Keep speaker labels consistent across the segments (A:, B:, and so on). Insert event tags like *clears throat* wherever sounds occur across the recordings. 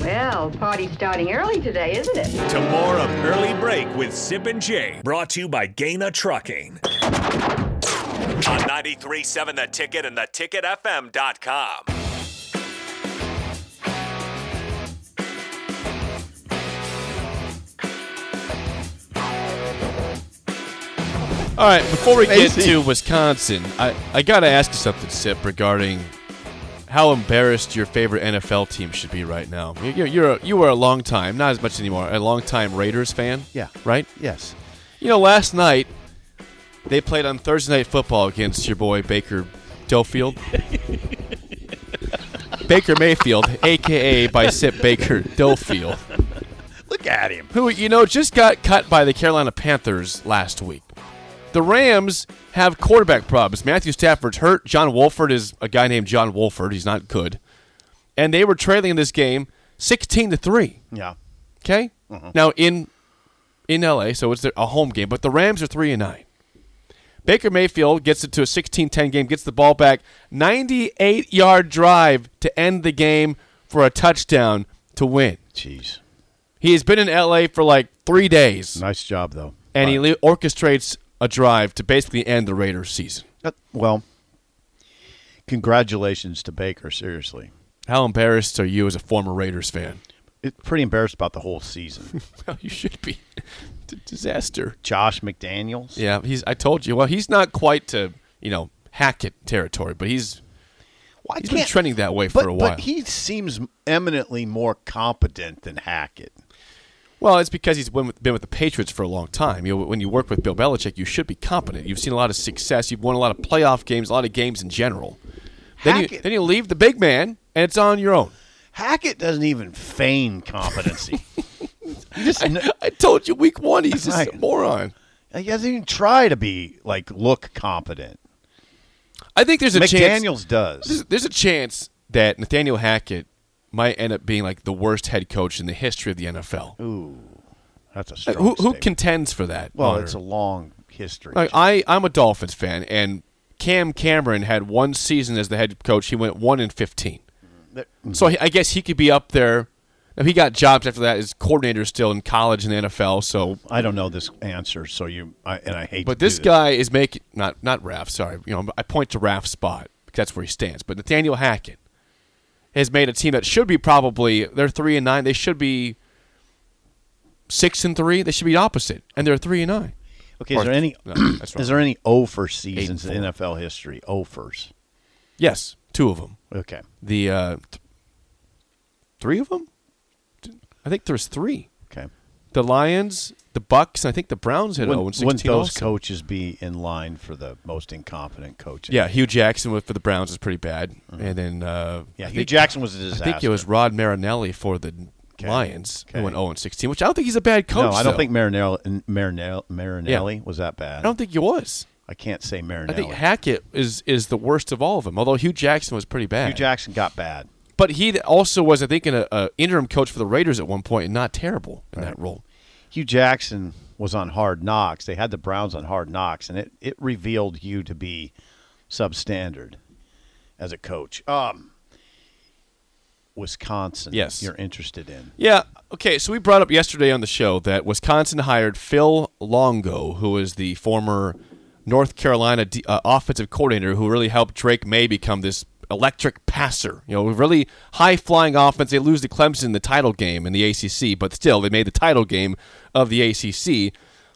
A: Well, party starting early today, isn't it?
B: To more of Early Break with Sip and Jay, brought to you by Gaina Trucking. On 93.7 The Ticket and theticketfm.com.
C: All right, before we get
D: Amazing.
C: to Wisconsin, I, I got to ask you something, Sip, regarding how embarrassed your favorite NFL team should be right now. You- You're, you're a, you were a long time, not as much anymore, a long time Raiders fan.
D: Yeah.
C: Right?
D: Yes.
C: You know, last night, they played on Thursday Night Football against your boy Baker Delfield. Baker Mayfield, a.k.a. by Sip Baker Delfield
D: Look at him.
C: who you know just got cut by the Carolina Panthers last week. The Rams have quarterback problems. Matthew Stafford's hurt. John Wolford is a guy named John Wolford. He's not good. And they were trailing in this game 16 to 3.
D: Yeah.
C: Okay? Now in in LA, so it's their- a home game, but the Rams are 3 and 9. Baker Mayfield gets it to a 16-10 game, gets the ball back, 98-yard drive to end the game for a touchdown to win.
D: Jeez.
C: He has been in LA for like 3 days
D: Nice job though.
C: and he
D: But-
C: le- orchestrates a drive to basically end the Raiders season.
D: That- well, congratulations to Baker. Seriously,
C: How embarrassed are you as a former Raiders fan?
D: it's pretty embarrassed about the whole season.
C: *laughs* Well, you should be. *laughs* It's a disaster.
D: Josh McDaniels.
C: Yeah, he's. I told you. Well, he's not quite to you know Hackett territory, but he's
D: Well, I
C: he's been
D: can't-
C: trending that way
D: but,
C: for a while.
D: but he seems eminently more competent than Hackett.
C: well, it's because he's been with, been with the Patriots for a long time. You know, when you work with Bill Belichick, you should be competent. You've seen a lot of success. You've won a lot of playoff games, a lot of games in general. Then you,
D: Hackett-
C: then you leave the big man, and it's on your own.
D: Hackett doesn't even
C: *laughs*
D: feign competency. he, just, n-
C: I told you, week one, he's just a
D: Right.
C: moron.
D: he doesn't even try to be like look competent.
C: I think there's a chance.
D: McDaniels does.
C: There's, there's a chance that Nathaniel Hackett might end up being like the worst head coach in the history of the NFL.
D: That's a
C: Like,
D: strong
C: who, who
D: statement.
C: contends for that?
D: Well,
C: honor?
D: it's a long history.
C: like I I'm a Dolphins fan, and Cam Cameron had one season as the head coach. He went one in fifteen.
D: That- mm-hmm.
C: So he, I guess he could be up there. Now, he got jobs after that as coordinator still in college and the NFL. So,
D: I don't know this answer, so you I, and I hate.
C: but
D: to do
C: this guy is making not not Raf. Sorry, you know I point to Raf's spot because that's where he stands. But Nathaniel Hackett has made a team that should be probably they're three and nine. They should be six and three. They should be opposite, and they're three and nine.
D: Okay, is
C: Or-
D: there any
C: no,
D: *clears throat*
C: that's wrong.
D: is there any over
C: and
D: seasons
C: four.
D: in NFL history? Offers.
C: Yes, two of them.
D: Okay.
C: The uh, th- three of them. I think there's three.
D: Okay.
C: The Lions, the Bucks, and I think the Browns had
D: Wouldn't-
C: 0 and
D: wouldn't
C: 16
D: those
C: also.
D: coaches be in line for the most incompetent coaches?
C: Yeah, Hugh Jackson with- for the Browns is pretty bad, and then uh,
D: Uh-huh. Yeah.
C: I
D: Hugh
C: think-
D: Jackson was a
C: I
D: disaster.
C: think it was Rod Marinelli for the
D: Okay.
C: Lions who
D: Okay.
C: went 0 and 16, which I don't think he's a bad coach.
D: No, I don't
C: though.
D: think Marinelli, Marinelli, Marinelli was that bad.
C: I don't think he was.
D: I can't say
C: I
D: Marinelli.
C: think Hackett is is the worst of all of them. Although Hugh Jackson was pretty bad.
D: Hugh Jackson got bad.
C: but he also was, I think, an a interim coach for the Raiders at one point, and not terrible in that role.
D: Hugh Jackson was on Hard Knocks. They had the Browns on Hard Knocks, and it, it revealed Hugh to be substandard as a coach. Um, Wisconsin,
C: Yes.
D: you're interested in.
C: Yeah. Okay. So we brought up yesterday on the show that Wisconsin hired Phil Longo, who is the former North Carolina D- uh, offensive coordinator, who really helped Drake May become this electric passer. You know, really high flying offense. They lose to Clemson in the title game in the ACC, but still they made the title game of the ACC.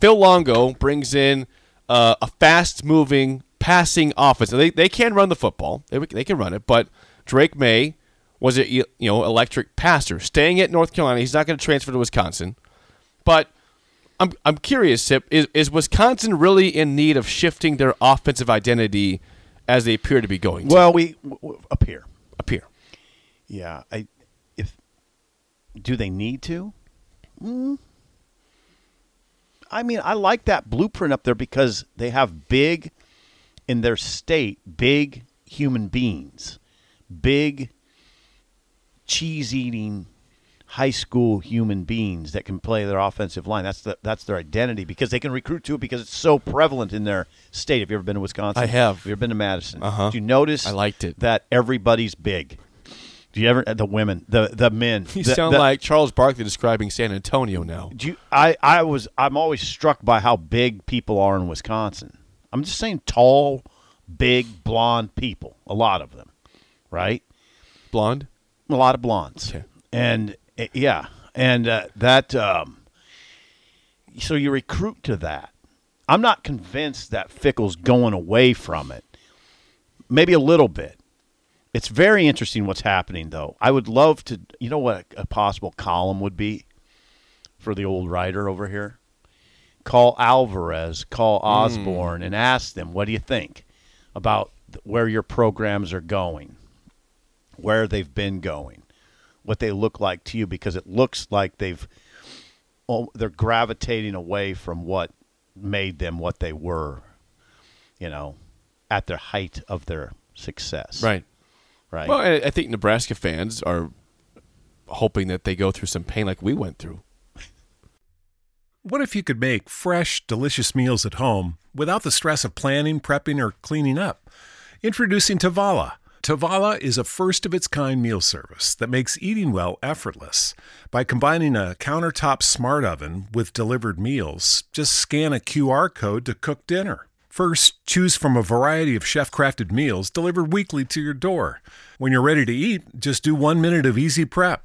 C: Phil Longo brings in uh, a fast moving passing offense. They they can run the football. They they can run it, but Drake May was a you know electric passer staying at North Carolina. He's not going to transfer to Wisconsin, but I'm I'm curious. Sip, is is Wisconsin really in need of shifting their offensive identity as they appear to be going to
D: Well, we w- w- up here. *laughs*
C: appear?
D: Yeah, I if do they need to? Mm. I mean, I like that blueprint up there because they have big in their state, big human beings, big cheese-eating high school human beings that can play their offensive line. That's the, that's their identity because they can recruit to it because it's so prevalent in their state. Have you ever been to Wisconsin?
C: I have.
D: Have you ever been to Madison?
C: Uh-huh.
D: Do you notice
C: I liked it.
D: that everybody's big? Do you ever the women, the the men?
C: *laughs* You
D: the-
C: sound
D: the-
C: like Charles Barkley describing San Antonio now.
D: Do you, I? I was. I'm always struck by how big people are in Wisconsin. I'm just saying, tall, big, blonde people. A lot of them, right?
C: Blonde?
D: a lot of blondes.
C: Okay.
D: And uh, yeah, and uh, that um, so you recruit to that. I'm not convinced that Fickle's going away from it. Maybe a little bit. It's very interesting what's happening though. I would love to you know what a, a possible column would be for the old writer over here. Call Alvarez,
C: Hmm.
D: call Osborne and ask them, what do you think about th- where your programs are going? where they've been going, what they look like to you, because it looks like they've oh, they're gravitating away from what made them what they were, you know, at their height of their success.
C: Right.
D: Right.
C: Well, I, I think Nebraska fans are hoping that they go through some pain like we went through.
E: What if you could make fresh, delicious meals at home without the stress of planning, prepping, or cleaning up? Introducing Tavala. Tavala is a first of its kind meal service that makes eating well effortless. By combining a countertop smart oven with delivered meals, just scan a QR code to cook dinner. First, choose from a variety of chef crafted meals delivered weekly to your door. When you're ready to eat, just do one minute of easy prep.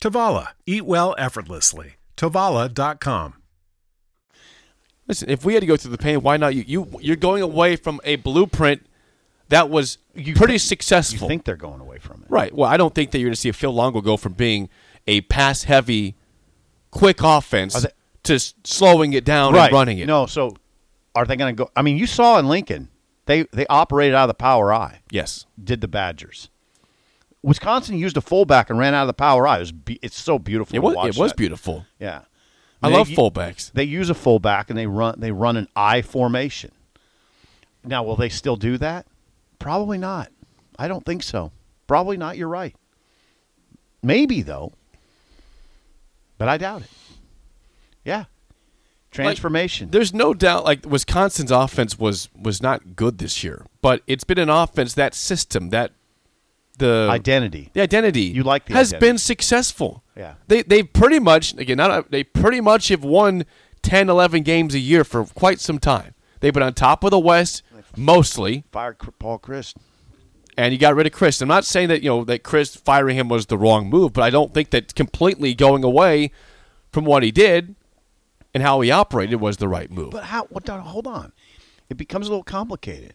E: Tavala, eat well effortlessly. Tavala.com.
C: Listen, if we had to go through the pain, why not you? you you're going away from a blueprint that was pretty
D: you
C: successful.
D: think they're going away from it.
C: Right. Well, I don't think that you're going to see Phil Longo go from being a pass heavy, quick offense
D: Are they-
C: to s- slowing it down
D: Right.
C: and running it.
D: No, so are they going to go I mean, you saw in Lincoln, they they operated out of the power eye.
C: Yes.
D: Did the Badgers. Wisconsin used a fullback and ran out of the power eye. It was be, it's so beautiful.
C: It
D: to
C: was,
D: watch
C: it was
D: that.
C: beautiful.
D: Yeah.
C: I
D: They-
C: love fullbacks.
D: They use a fullback and they run they run an I formation. Now will they still do that? Probably not. I don't think so. Probably not, you're right. Maybe though. But I doubt it. Yeah. Transformation.
C: There's no doubt like Wisconsin's offense was was not good this year, but it's been an offense that system that the
D: identity.
C: the identity
D: You like the
C: has
D: identity.
C: been successful.
D: Yeah.
C: They they pretty much again not they pretty much have won 10 11 games a year for quite some time. They've been on top of the West mostly.
D: Fired Cr- Paul Christ.
C: and you got rid of Chris. I'm not saying that you know that Chris firing him was the wrong move, but I don't think that completely going away from what he did and how he operated was the right move.
D: But how? What? the- Hold on. It becomes a little complicated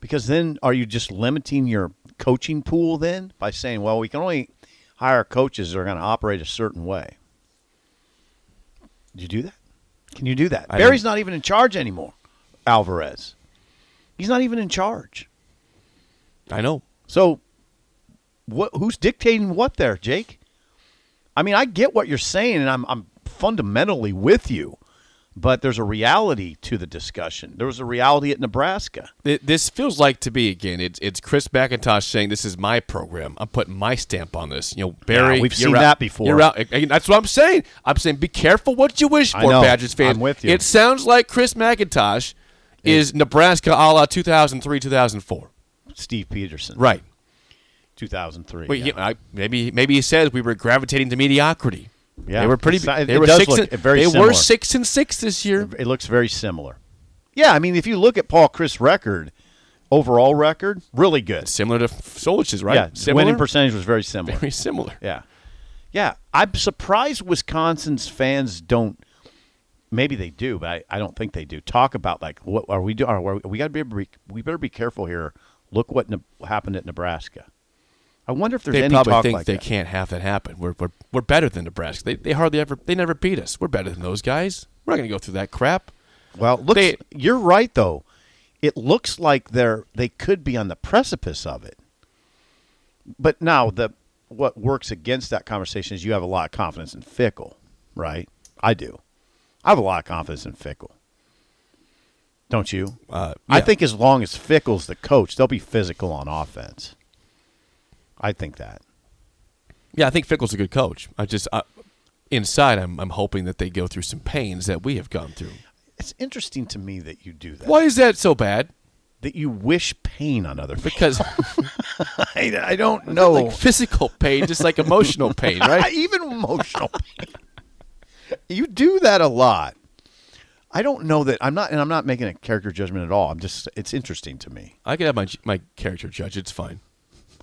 D: because then are you just limiting your coaching pool then by saying, well, we can only hire coaches that are going to operate a certain way? Did you do that? Can you do that?
C: I
D: Barry's not even in charge anymore. Alvarez, he's not even in charge.
C: I know.
D: So, what? Who's dictating what there, Jake? I mean, I get what you're saying, and I'm I'm fundamentally with you, but there's a reality to the discussion. There was a reality at Nebraska.
C: Th- This feels like to be again. It's it's Chris McIntosh saying this is my program. I'm putting my stamp on this. You know, Barry.
D: Yeah, we've
C: you're
D: seen
C: out-
D: that before.
C: You're out. Again, that's what I'm saying. I'm saying be careful what you wish
D: I
C: for,
D: know.
C: Badgers fans.
D: I'm with you.
C: It sounds like Chris McIntosh is Nebraska a la 2003 2004.
D: Steve Peterson,
C: Right.
D: 2003.
C: Well,
D: yeah.
C: yeah, I, maybe maybe he says we were gravitating to mediocrity.
D: Yeah.
C: they were pretty.
D: It's- it
C: They were
D: does
C: six.
D: look
C: and,
D: very
C: they
D: similar.
C: were six and six this year.
D: It looks very similar. Yeah, I mean, if you look at Paul Chris' record, overall record, really good.
C: Similar to Solich's, right?
D: Yeah,
C: similar.
D: winning percentage was very similar.
C: Very similar.
D: Yeah. Yeah. I'm surprised Wisconsin's fans don't maybe they do, but I, I don't think they do. Talk about like what are we doing? Are we, we got to be we better be careful here. Look what ne- happened at Nebraska. I wonder if there's
C: They
D: any
C: probably
D: talk
C: think
D: like
C: they
D: that.
C: can't have that happen. We're, we're we're better than Nebraska. They they hardly ever they never beat us. We're better than those guys. We're not going to go through that crap.
D: Well, it looks
C: They-
D: you're right though. It looks like they're they could be on the precipice of it. But now the what works against that conversation is you have a lot of confidence in Fickle, right? I do. I have a lot of confidence in Fickle. Don't you?
C: Uh,
D: I
C: yeah.
D: think as long as Fickle's the coach, they'll be physical on offense. I think that.
C: Yeah, I think Fickle's a good coach. I just I, inside, I'm I'm hoping that they go through some pains that we have gone through.
D: It's interesting to me that you do that.
C: Why is that so bad?
D: That you wish pain on other people.
C: Because
D: *laughs* I, I don't know.
C: like physical pain, just like emotional pain, *laughs* right?
D: *laughs* Even emotional pain. you do that a lot. I don't know that I'm not, and I'm not making a character judgment at all. I'm just, it's interesting to me.
C: I could have my my character judge. It's fine.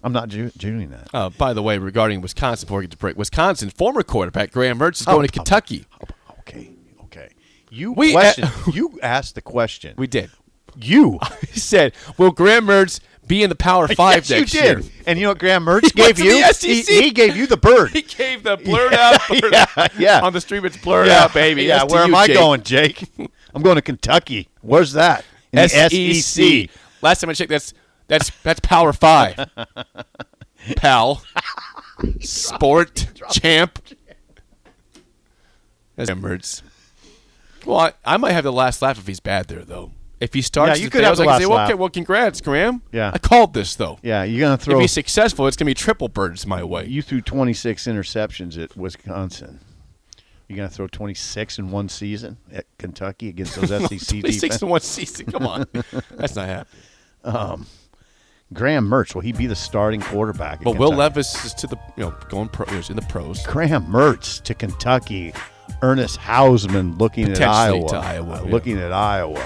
D: I'm not ju- doing that.
C: Uh, by the way, regarding Wisconsin, before we get to break, Wisconsin former quarterback Graham Mertz is going to Kentucky.
D: Oh, Okay, okay. You
C: We-
D: questioned. you asked the question.
C: We did. *laughs*
D: you
C: He said, "Will Graham Mertz be in the *laughs* Power Five
D: yes, you
C: next
D: did.
C: year?"
D: And you know what Graham Mertz
C: went
D: gave
C: to
D: you?
C: the
D: He,
C: SEC.
D: he gave you the bird.
C: *laughs* He gave the blurred *laughs* out blurred out.
D: yeah.
C: on the stream. It's blurred
D: yeah,
C: out, baby.
D: Yeah,
C: That's to
D: where am
C: you,
D: I
C: Jake.
D: going, Jake? I'm going to Kentucky. Where's that?
C: *laughs*
D: In
C: E
D: the E SEC.
C: Last time I checked, that's that's that's Power
D: *laughs*
C: Five. Pal,
D: *laughs*
C: sport champ. That's Mertz. Well, I, I might have the last laugh if he's bad there, though. If he starts,
D: Yeah, you
C: to
D: could
C: fail,
D: have the
C: I can say,
D: last
C: well,
D: laugh.
C: okay, well, congrats, Graham.
D: Yeah.
C: I called this though.
D: Yeah, you're going to
C: If
D: throw.
C: he's successful, it's gonna be triple birds my way.
D: You threw 26 interceptions at Wisconsin. You're going to throw 26 in one season at Kentucky against
C: *laughs*
D: those SEC
C: Six
D: defense.
C: to one season. Come
D: *laughs*
C: on, that's not happening.
D: Graham Mertz, will he be the starting quarterback? at
C: But Will
D: Kentucky?
C: Levis is to the you know going pro, is in the pros.
D: Graham Mertz to Kentucky. Ernest Hausman looking at
C: Potentially
D: Iowa.
C: to Iowa,
D: Uh,
C: yeah.
D: Looking at Iowa.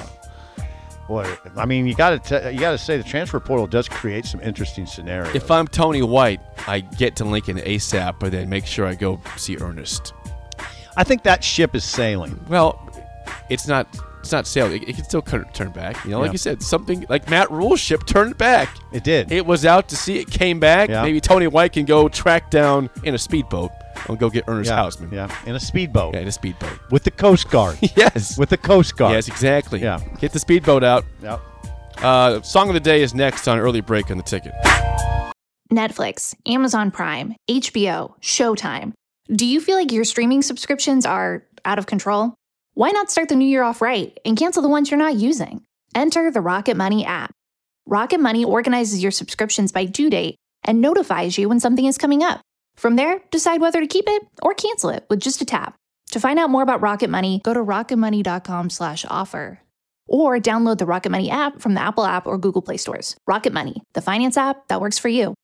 D: Boy, I mean, you got to you got to say the transfer portal does create some interesting scenarios.
C: If I'm Tony White, I get to Lincoln ASAP, but then make sure I go see Ernest.
D: I think that ship is sailing.
C: Well, it's not it's not sailing. It, it can still cur- turn back. You know, like
D: Yeah.
C: you said, something like Matt Rule's ship turned back.
D: It did.
C: It was out to sea. It came back.
D: Yeah.
C: Maybe Tony White can go track down in a speedboat and go get Ernest
D: yeah,
C: Hausman.
D: yeah, in a speedboat
C: Yeah, in a speedboat. *laughs*
D: with the Coast Guard.
C: Yes.
D: With the Coast Guard.
C: yes, exactly.
D: Yeah.
C: Get the speedboat out.
D: Yep.
C: Uh, Song of the day is next on early break on the ticket.
F: Netflix, Amazon Prime, HBO, Showtime. Do you feel like your streaming subscriptions are out of control? Why not start the new year off right and cancel the ones you're not using? Enter the Rocket Money app. Rocket Money organizes your subscriptions by due date and notifies you when something is coming up. From there, decide whether to keep it or cancel it with just a tap. To find out more about Rocket Money, go to rocketmoney.com/offer or download the Rocket Money app from the Apple app or Google Play stores. Rocket Money, the finance app that works for you.